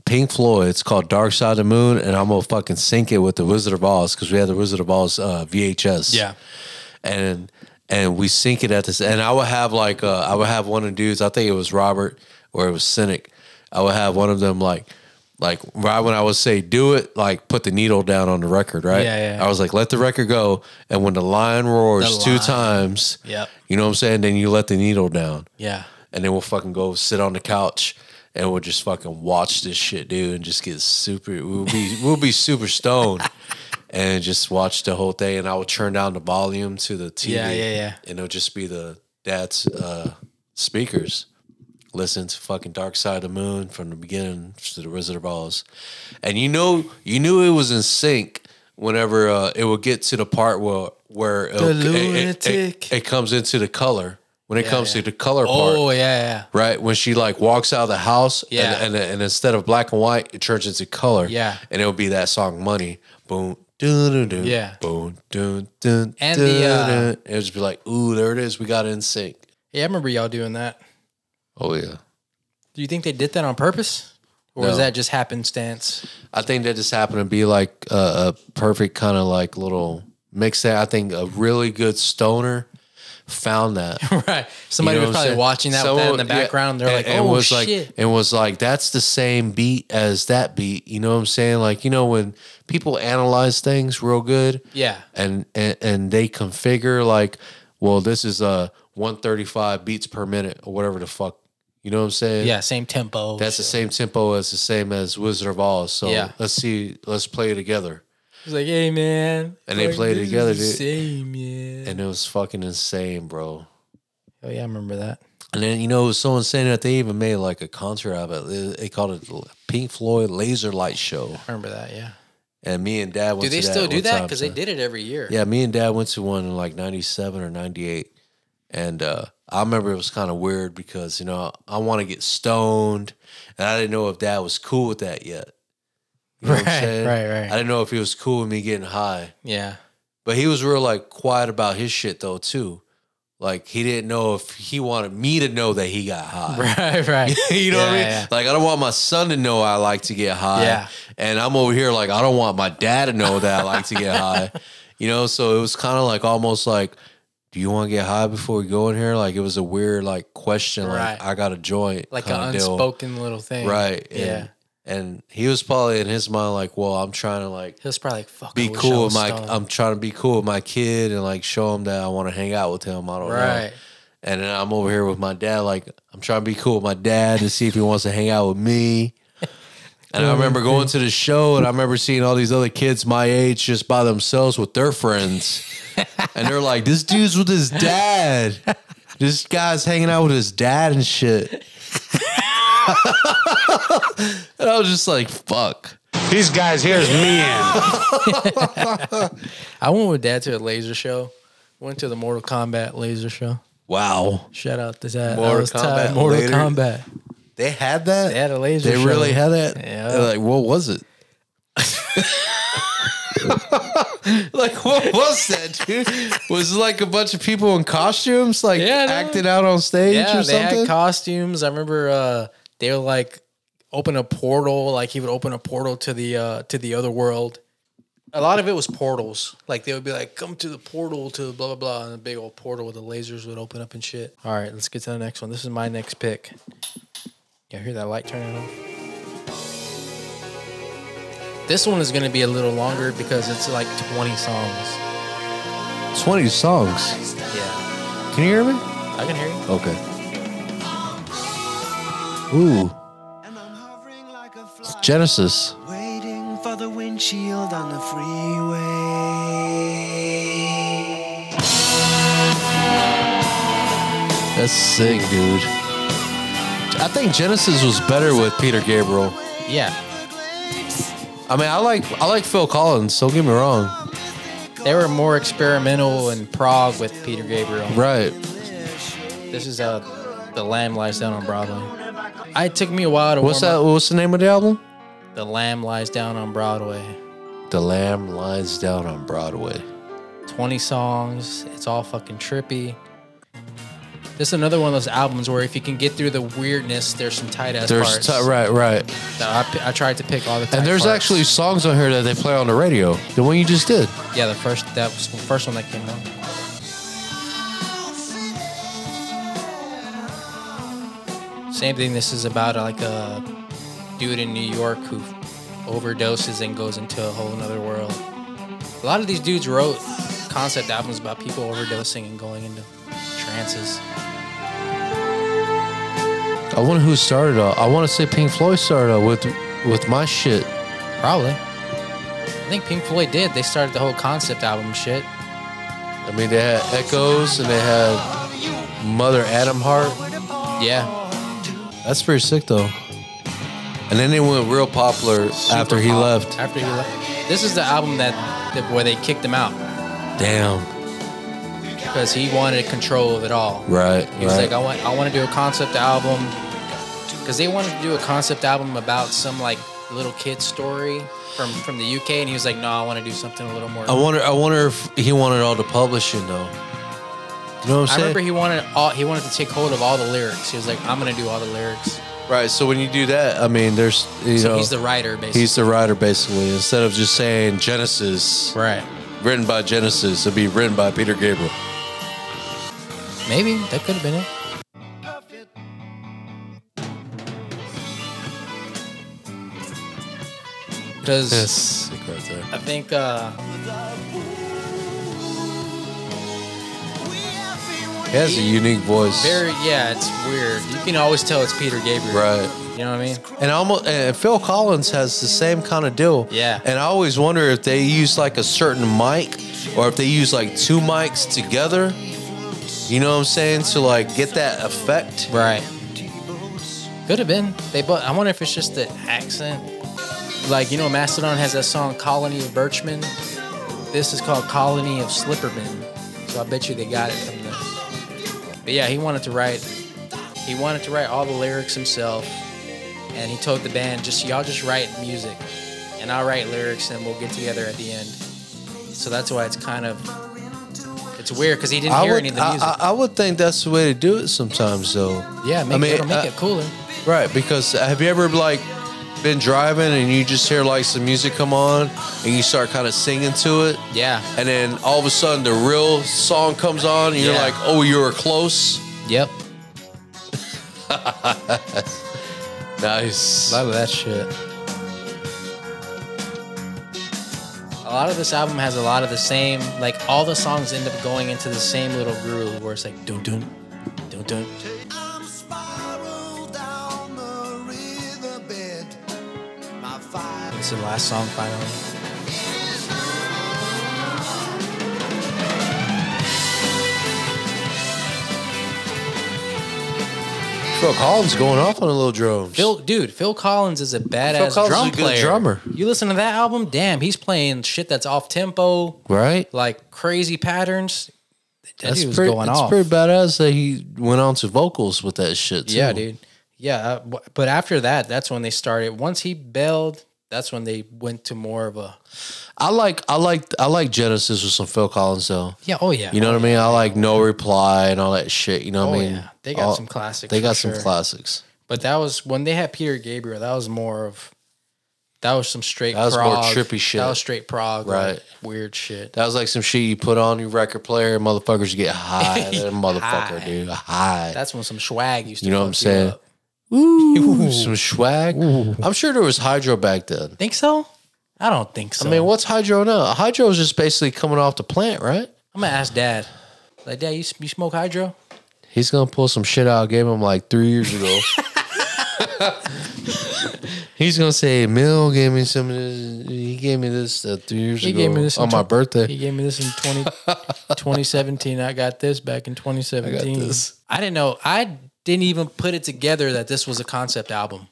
Speaker 2: Pink Floyd. It's called Dark Side of the Moon, and I'm gonna fucking sync it with the Wizard of Oz because we had the Wizard of Oz uh, VHS
Speaker 1: yeah,
Speaker 2: and and we sync it at this. And I would have like uh, I would have one of the dudes. I think it was Robert or it was Cynic. I would have one of them like like right when I would say do it, like put the needle down on the record, right?
Speaker 1: Yeah, yeah.
Speaker 2: I was like, let the record go, and when the lion roars
Speaker 1: The
Speaker 2: two
Speaker 1: lion.
Speaker 2: times,
Speaker 1: Yep.
Speaker 2: you know what I'm saying. Then you let the needle down,
Speaker 1: yeah.
Speaker 2: and then we'll fucking go sit on the couch. And we'll just fucking watch this shit, dude, and just get super. We'll be we'll be super stoned, and just watch the whole thing. And I would turn down the volume to the TV.
Speaker 1: Yeah, yeah, yeah.
Speaker 2: And it'll just be the dad's uh, speakers. Listen to fucking Dark Side of the Moon from the beginning to the Wizard of Oz, and you know you knew it was in sync whenever uh, it would get to the part where where
Speaker 1: The
Speaker 2: it'll- it, it, it,
Speaker 1: lunatic.
Speaker 2: it comes into the color when it comes
Speaker 1: yeah.
Speaker 2: to the color part
Speaker 1: Oh yeah,
Speaker 2: right? When she like walks out of the house,
Speaker 1: Yeah.
Speaker 2: and, and and instead of black and white, it turns into color,
Speaker 1: Yeah.
Speaker 2: and it'll be that song "Money." Boom, dun, dun, dun,
Speaker 1: Yeah.
Speaker 2: boom, dun, dun,
Speaker 1: And
Speaker 2: dun,
Speaker 1: the, uh,
Speaker 2: dun. it'll just be like, "Ooh, there it is. We got it in sync."
Speaker 1: yeah. Yeah, I remember y'all doing that.
Speaker 2: Oh yeah,
Speaker 1: Do you think they did that on purpose, or was
Speaker 2: No.
Speaker 1: that just happenstance?
Speaker 2: I think that just happened to be like a, a perfect kind of like little mix. That I think a really good stoner found that.
Speaker 1: right. Somebody
Speaker 2: You
Speaker 1: was
Speaker 2: know what I'm
Speaker 1: probably
Speaker 2: saying?
Speaker 1: watching that, with that in
Speaker 2: Someone-
Speaker 1: the
Speaker 2: yeah,
Speaker 1: background. They're
Speaker 2: and-
Speaker 1: like,
Speaker 2: and
Speaker 1: oh
Speaker 2: was
Speaker 1: shit.
Speaker 2: like, and was like, that's the same beat as that beat. You know what I'm saying? Like, you know, when people analyze things real good,
Speaker 1: yeah.
Speaker 2: and and, and they configure like, well, this is a 135 beats per minute or whatever the fuck. You know what I'm saying?
Speaker 1: Yeah, same tempo.
Speaker 2: That's the
Speaker 1: shit.
Speaker 2: same tempo as the same as Wizard of Oz. So
Speaker 1: Yeah.
Speaker 2: let's see, let's play it together.
Speaker 1: It's like, hey man,
Speaker 2: And they
Speaker 1: fuck,
Speaker 2: played
Speaker 1: this is
Speaker 2: together,
Speaker 1: the
Speaker 2: dude.
Speaker 1: Same, yeah.
Speaker 2: And it was fucking insane, bro.
Speaker 1: Oh yeah, I remember that.
Speaker 2: And then you know, it was so insane that they even made like a concert out of it. They, they called it the Pink Floyd Laser Light Show.
Speaker 1: I remember that. Yeah.
Speaker 2: And me and Dad went.
Speaker 1: Do they
Speaker 2: to
Speaker 1: still
Speaker 2: that
Speaker 1: do
Speaker 2: one
Speaker 1: that?
Speaker 2: time,
Speaker 1: Because they
Speaker 2: so-
Speaker 1: did it every year.
Speaker 2: Yeah, me and Dad went to one in like '97 or '98, and uh, I remember it was kind of weird because you know I want to get stoned, and I didn't know if Dad was cool with that yet. You know what I'm
Speaker 1: Right,
Speaker 2: saying?
Speaker 1: right, right.
Speaker 2: I didn't know if he was cool with me getting high.
Speaker 1: Yeah.
Speaker 2: But he was real like quiet about his shit though too. Like he didn't know if he wanted me to know that he got high.
Speaker 1: Right. Right.
Speaker 2: you know what I mean?
Speaker 1: Yeah, yeah.
Speaker 2: Like I don't want my son to know I like to get high.
Speaker 1: Yeah.
Speaker 2: And I'm over here like I don't want my dad to know that I like to get high. You know, so it was kind of like almost like do you want to get high before we go in here? Like it was a weird like question
Speaker 1: Right.
Speaker 2: like I got a joint
Speaker 1: Like an
Speaker 2: kinda deal.
Speaker 1: unspoken little thing.
Speaker 2: Right. And,
Speaker 1: yeah.
Speaker 2: And he was probably in his mind like, "Well, I'm trying to like
Speaker 1: He was probably like, "Fuck, I
Speaker 2: be
Speaker 1: wish I
Speaker 2: cool with
Speaker 1: was
Speaker 2: my
Speaker 1: stoned.
Speaker 2: I'm trying to be cool with my kid and like show him that I want to hang out with him. I don't know.
Speaker 1: right."
Speaker 2: And then I'm over here with my dad, like I'm trying to be cool with my dad to see if he wants to hang out with me. And I remember going to the show and I remember seeing all these other kids my age just by themselves with their friends. and they're like, This dude's with his dad. This guy's hanging out with his dad and shit. and I was just like, fuck.
Speaker 5: These guys here's men.
Speaker 1: I went with dad to a laser show. Went to the Mortal Kombat laser show.
Speaker 2: Wow.
Speaker 1: Shout out to that.
Speaker 2: Mortal
Speaker 1: Mortal Kombat.
Speaker 2: Kombat
Speaker 1: Mortal
Speaker 2: later.
Speaker 1: Kombat.
Speaker 2: They had that?
Speaker 1: They had a laser.
Speaker 2: They
Speaker 1: show.
Speaker 2: really had that.
Speaker 1: Yeah.
Speaker 2: They're like, what was it? like, what was that, dude? Was it like a bunch of people in costumes, like
Speaker 1: Yeah, I know.
Speaker 2: acting out on stage
Speaker 1: Yeah,
Speaker 2: or
Speaker 1: they
Speaker 2: something?
Speaker 1: had costumes. I remember uh, they would like open a portal. Like he would open a portal to the uh, to the other world. A lot of it was portals. Like they would be like, "Come to the portal to blah blah blah," and a big old portal with the lasers would open up and shit. All right, let's get to the next one. This is my next pick. Yeah, hear that light turning on. This one is gonna be a little longer because it's like 20 songs.
Speaker 2: 20 songs.
Speaker 1: Yeah,
Speaker 2: Can you hear me?
Speaker 1: I can hear you.
Speaker 2: Okay. Ooh,
Speaker 3: And I'm hovering like a
Speaker 2: it's
Speaker 3: fly.
Speaker 2: Genesis.
Speaker 3: Waiting for the windshield on the freeway.
Speaker 2: That's sick, dude. I think Genesis was better with Peter Gabriel.
Speaker 1: Yeah,
Speaker 2: I mean, I like I like Phil Collins. Don't get me wrong.
Speaker 1: they were more experimental in Prague with Peter Gabriel.
Speaker 2: Right.
Speaker 1: This is uh the Lamb Lies Down on Broadway. I it took me a while to
Speaker 2: What's that?
Speaker 1: warm
Speaker 2: What's the name of the album?
Speaker 1: up. The Lamb Lies Down on Broadway.
Speaker 2: The Lamb Lies Down on Broadway.
Speaker 1: Twenty songs. It's all fucking trippy. This is another one of those albums where if you can get through the weirdness, there's some tight ass
Speaker 2: There's
Speaker 1: parts.
Speaker 2: t- right, right,
Speaker 1: So I, pi- I tried to pick all the. Tight
Speaker 2: and there's
Speaker 1: parts.
Speaker 2: actually songs on here that they play on the radio. The one you just did.
Speaker 1: yeah the first that was the first one that came out. Same thing. This is about uh, like a dude in New York who overdoses and goes into a whole nother world. A lot of these dudes wrote concept albums about people overdosing and going into trances.
Speaker 2: I wonder who started. Out. I want to say Pink Floyd started out with with my shit.
Speaker 1: Probably. I think Pink Floyd did. They started the whole concept album shit.
Speaker 2: I mean, they had Echoes and they had Mother Adam Hart.
Speaker 1: Yeah.
Speaker 2: That's pretty sick though. And then they went real popular after he left.
Speaker 1: After he left. This is the album that, that where they kicked him out.
Speaker 2: Damn.
Speaker 1: because he wanted control of it all.
Speaker 2: Right.
Speaker 1: He was
Speaker 2: right.
Speaker 1: like, I want, I want to do a concept album because they wanted to do a concept album about some like little kid story from from the UK, and he was like, No, I want to do something a little more.
Speaker 2: I wonder. I wonder if he wanted all the publishing though. You know what I'm
Speaker 1: I
Speaker 2: saying?
Speaker 1: remember he wanted all he wanted to take hold of all the lyrics. He was like, I'm gonna do all the lyrics.
Speaker 2: right. So when you do that, I mean, there's you
Speaker 1: So
Speaker 2: know
Speaker 1: he's the writer, basically.
Speaker 2: He's the writer, basically. Instead of just saying Genesis,
Speaker 1: right.
Speaker 2: written by Genesis, it'd be written by Peter Gabriel.
Speaker 1: Maybe that could have been it. Because
Speaker 2: sick right there.
Speaker 1: I think uh,
Speaker 2: He has a unique voice,
Speaker 1: very yeah, it's weird. You can always tell it's Peter Gabriel.
Speaker 2: right?
Speaker 1: You know what I mean?
Speaker 2: And almost and Phil Collins has the same kind of deal.
Speaker 1: Yeah.
Speaker 2: And I always wonder if they use like a certain mic, or if they use like two mics together, You know what I'm saying? So like get that effect.
Speaker 1: Right. Could have been. They but I wonder if it's just the accent. Like you know, Mastodon has that song "Colony of Birchmen." This is called "Colony of Slippermen." So I bet you they got it from this. But yeah, he wanted to write. He wanted to write all the lyrics himself, and he told the band, "Just y'all just write music, and I'll write lyrics, and we'll get together at the end." So that's why it's kind of it's weird because he didn't
Speaker 2: I
Speaker 1: hear
Speaker 2: would,
Speaker 1: any of the
Speaker 2: I-
Speaker 1: music.
Speaker 2: I, I would think that's the way to do it sometimes though.
Speaker 1: yeah, make,
Speaker 2: I mean,
Speaker 1: it'll make
Speaker 2: uh,
Speaker 1: it cooler.
Speaker 2: Right, because have you ever like been driving and you just hear like some music come on and you start kind of singing to it,
Speaker 1: Yeah.
Speaker 2: and then all of a sudden the real song comes on and you're
Speaker 1: Yeah.
Speaker 2: like, oh, you were close.
Speaker 1: Yep.
Speaker 2: Nice.
Speaker 1: A lot of that shit. A lot of this album has a lot of the same, like all the songs end up going into the same little groove where it's like dun dun, dun dun.
Speaker 3: I'm spiraled down the riverbed. My fire.
Speaker 1: It's the last song finally.
Speaker 2: Phil Collins going off on a little drums.
Speaker 1: Phil, dude, Phil Collins is a badass
Speaker 2: Collins is
Speaker 1: drum
Speaker 2: a good
Speaker 1: player.
Speaker 2: drummer.
Speaker 1: You listen to that album, damn, he's playing shit that's off tempo,
Speaker 2: right?
Speaker 1: like crazy patterns. That
Speaker 2: That's
Speaker 1: dude was
Speaker 2: pretty,
Speaker 1: going
Speaker 2: that's
Speaker 1: off.
Speaker 2: pretty badass that he went on to vocals with that shit. Too.
Speaker 1: Yeah, dude. Yeah, uh, wh- but after that, that's when they started. Once he bailed, that's when they went to more of a
Speaker 2: I like I like I like Genesis with some Phil Collins though.
Speaker 1: yeah. Oh yeah,
Speaker 2: You know what I mean? I like No Reply and all that shit. You know
Speaker 1: Oh
Speaker 2: what I mean?
Speaker 1: yeah, they got
Speaker 2: All-
Speaker 1: some classics.
Speaker 2: They
Speaker 1: for
Speaker 2: got
Speaker 1: sure.
Speaker 2: some classics.
Speaker 1: But that was when they had Peter Gabriel. That was more of that was some straight.
Speaker 2: That was more
Speaker 1: prog.
Speaker 2: trippy shit.
Speaker 1: That was straight prog, like,
Speaker 2: Right.
Speaker 1: weird shit.
Speaker 2: That was like some shit you put on your record player, and motherfuckers get high. That motherfucker,
Speaker 1: High.
Speaker 2: dude, high.
Speaker 1: That's when some swag used to.
Speaker 2: you know what I'm
Speaker 1: fuck
Speaker 2: saying?
Speaker 1: up.
Speaker 2: Ooh, some swag. I'm sure there was hydro back then.
Speaker 1: Think so? I don't think so.
Speaker 2: I mean, what's hydro now? Hydro is just basically coming off the plant, right?
Speaker 1: I'm gonna ask Dad. Like, Dad, you, s- you smoke hydro?
Speaker 2: He's gonna pull some shit out. I gave him like three years ago. He's gonna say, "Mill gave me some of this. He gave me this uh, three years
Speaker 1: He
Speaker 2: ago
Speaker 1: gave me this in
Speaker 2: on my
Speaker 1: tw-
Speaker 2: birthday."
Speaker 1: He gave me this in 20, 2017. I got this back in 2017. I,
Speaker 2: this.
Speaker 1: didn't know. I didn't even put it together that this was a concept album.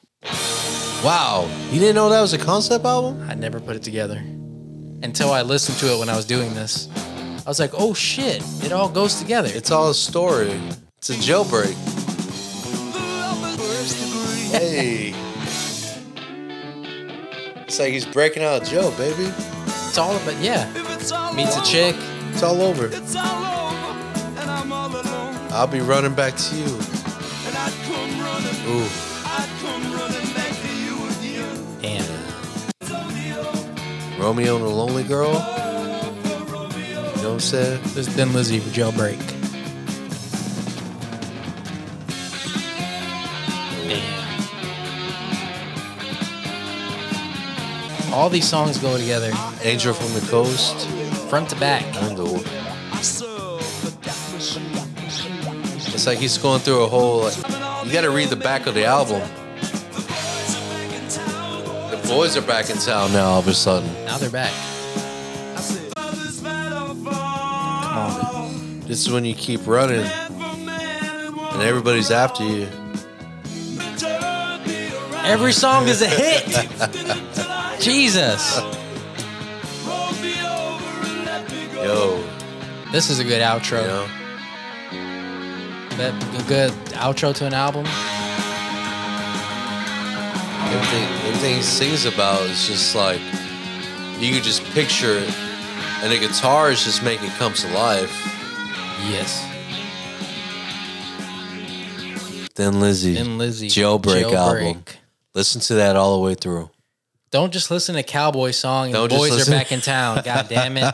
Speaker 2: Wow, you didn't know that was a concept album?
Speaker 1: I never put it together until I listened to it when I was doing this. I was like, oh shit, it all goes together.
Speaker 2: It's all a story. It's a jailbreak. hey. It's like he's breaking out of jail, baby.
Speaker 1: It's all about, yeah. Meets a chick.
Speaker 2: It's all over.
Speaker 4: It's all over, and I'm all alone.
Speaker 2: I'll be running back to you.
Speaker 4: And I'd come running,
Speaker 2: Ooh.
Speaker 4: I'd come running back to you again.
Speaker 1: Damn.
Speaker 2: Romeo and the Lonely Girl. You know what I'm saying?
Speaker 1: This is Thin Lizzy for Jailbreak. Damn. All these songs go together
Speaker 2: Angel from the Coast.
Speaker 1: front to back.
Speaker 2: And the- It's like he's going through a whole. Like, you got to read the back of the album. The boys are back in town now. All of a sudden,
Speaker 1: Now they're back. Come on, dude.
Speaker 2: this is when you keep running, and everybody's after you.
Speaker 1: Every song is a hit. Jesus.
Speaker 2: Yo,
Speaker 1: This is a good outro.
Speaker 2: you know.
Speaker 1: That a good outro to an album.
Speaker 2: Everything, everything he sings about is just like you could just picture it, and the guitars just make it come to life.
Speaker 1: Yes.
Speaker 2: Then Lizzie,
Speaker 1: Thin Lizzy.
Speaker 2: Jailbreak, album.
Speaker 1: Jailbreak.
Speaker 2: Listen to that all the way through.
Speaker 1: Don't just listen to cowboy song and
Speaker 2: Don't
Speaker 1: the
Speaker 2: just
Speaker 1: boys are
Speaker 2: listen-
Speaker 1: back in town. God damn it.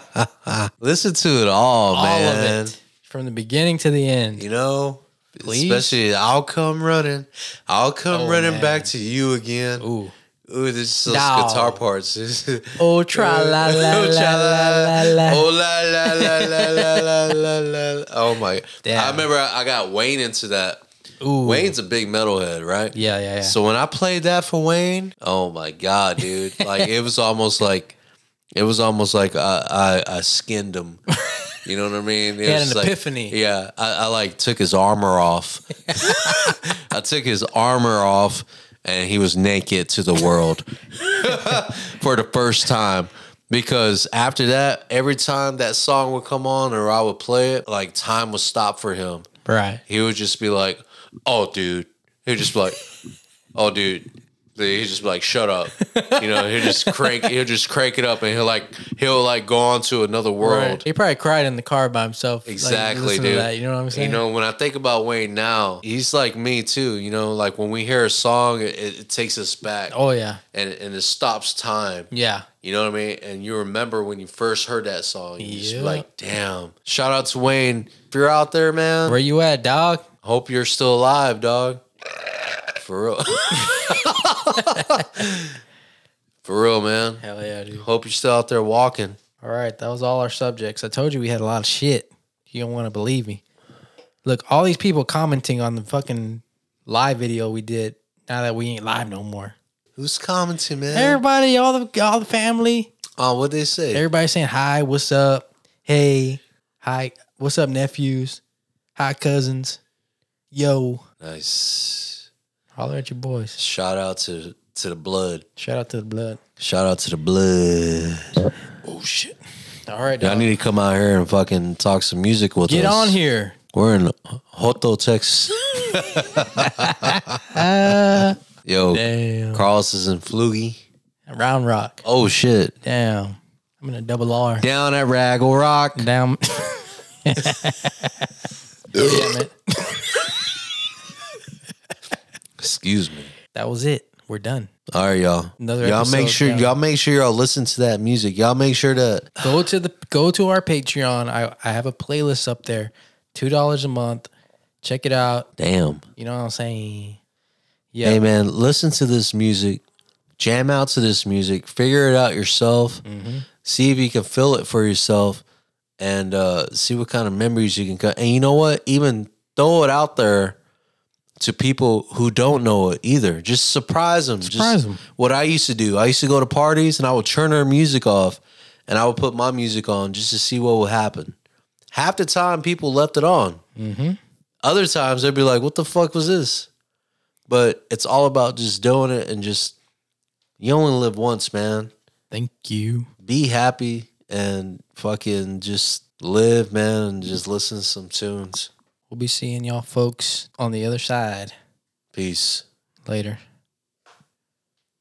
Speaker 2: Listen to it all,
Speaker 1: All
Speaker 2: man.
Speaker 1: of it. From the beginning to the end.
Speaker 2: You know,
Speaker 1: Please?
Speaker 2: especially I'll come running, I'll come
Speaker 1: Oh,
Speaker 2: running
Speaker 1: man.
Speaker 2: back to you again. Ooh,
Speaker 1: Ooh.
Speaker 2: this those
Speaker 1: Now.
Speaker 2: guitar parts.
Speaker 1: Oh tra la la
Speaker 2: Oh,
Speaker 1: la
Speaker 2: cha-
Speaker 1: la la la.
Speaker 2: Oh la la la la la la la la la. Oh my!
Speaker 1: Damn.
Speaker 2: I remember I I got Wayne into that.
Speaker 1: Ooh.
Speaker 2: Oh, Wayne's a big metalhead, right?
Speaker 1: Yeah, yeah, yeah.
Speaker 2: So when I played that for Wayne, oh my god, dude! Like it was almost like it was almost like I I, I skinned him. You know what I mean? It
Speaker 1: had
Speaker 2: was
Speaker 1: an
Speaker 2: like-
Speaker 1: epiphany.
Speaker 2: Yeah, I, I like took his armor off. I took his armor off, and he was naked to the world for the first time. Because after that, every time that song would come on or I would play it, like time would stop for him.
Speaker 1: Right.
Speaker 2: He would just be like, "Oh, dude." He would just be like, "Oh, dude." He'd just be like, "Shut up," you know. He'll just crank. He'll just crank it up, and he'll like he'll like go on to another world.
Speaker 1: Right. He probably cried in the car by himself. like,
Speaker 2: Exactly,
Speaker 1: listening to
Speaker 2: dude.
Speaker 1: that, you know what I'm saying?
Speaker 2: You know, when I think about Wayne now, he's like me too. You know, like when we hear a song, it, it takes us back,
Speaker 1: oh yeah,
Speaker 2: and and it stops time.
Speaker 1: yeah.
Speaker 2: You know what I mean? And you remember when you first heard that song. You just be
Speaker 1: Yeah.
Speaker 2: like, damn. Shout out to Wayne. If you're out there, man,
Speaker 1: Where you at, dog?
Speaker 2: hope you're still alive, dog. For real. For real, man.
Speaker 1: Hell yeah, dude.
Speaker 2: Hope you're still out there walking.
Speaker 1: All right, that was all our subjects. I told you we had a lot of shit. You don't want to believe me. Look, all these people commenting on the fucking live video we did. Now that we ain't live no more,
Speaker 2: Who's commenting, man?
Speaker 1: everybody, all the all the family,
Speaker 2: oh, what they say?
Speaker 1: everybody saying hi, what's up, hey, hi, what's up, nephews, hi, cousins, yo,
Speaker 2: nice.
Speaker 1: holler at your boys.
Speaker 2: Shout out to to the blood.
Speaker 1: Shout out to the blood.
Speaker 2: Shout out to the blood.
Speaker 1: Oh shit. All right,
Speaker 2: Y'all
Speaker 1: dog.
Speaker 2: need to come out here and fucking talk some music with
Speaker 1: get
Speaker 2: us.
Speaker 1: on here.
Speaker 2: We're in Hoto, Texas. Yo,
Speaker 1: Damn.
Speaker 2: Carlos is in Flugie.
Speaker 1: Round Rock.
Speaker 2: Oh shit!
Speaker 1: Damn. I'm in a double R.
Speaker 2: Down at Raggle Rock.
Speaker 1: Down. Damn it.
Speaker 2: Excuse me.
Speaker 1: That was it. We're done.
Speaker 2: All right, y'all.
Speaker 1: Another
Speaker 2: y'all make
Speaker 1: episode
Speaker 2: sure
Speaker 1: down.
Speaker 2: y'all make sure y'all listen to that music. Y'all make sure that
Speaker 1: Go to the go to our Patreon. I, I have a playlist up there. Two dollars a month. Check it out.
Speaker 2: damn.
Speaker 1: You know what I'm saying? Yeah.
Speaker 2: Hey man, listen to this music, jam out to this music, figure it out yourself,
Speaker 1: Mm-hmm.
Speaker 2: see if you can feel it for yourself, and uh, see what kind of memories you can cut. And you know what? Even throw it out there to people who don't know it either. Just surprise them.
Speaker 1: Surprise
Speaker 2: just
Speaker 1: 'em.
Speaker 2: What I used to do, I used to go to parties and I would turn their music off, and I would put my music on just to see what would happen. Half the time, people left it on.
Speaker 1: Mm-hmm.
Speaker 2: Other times, they'd be like, "What the fuck was this?" but it's all about just doing it and just you only live once, man.
Speaker 1: Thank you.
Speaker 2: Be happy and fucking just live, man, and just listen to some tunes.
Speaker 1: We'll be seeing y'all folks on the other side
Speaker 2: Peace.
Speaker 1: later.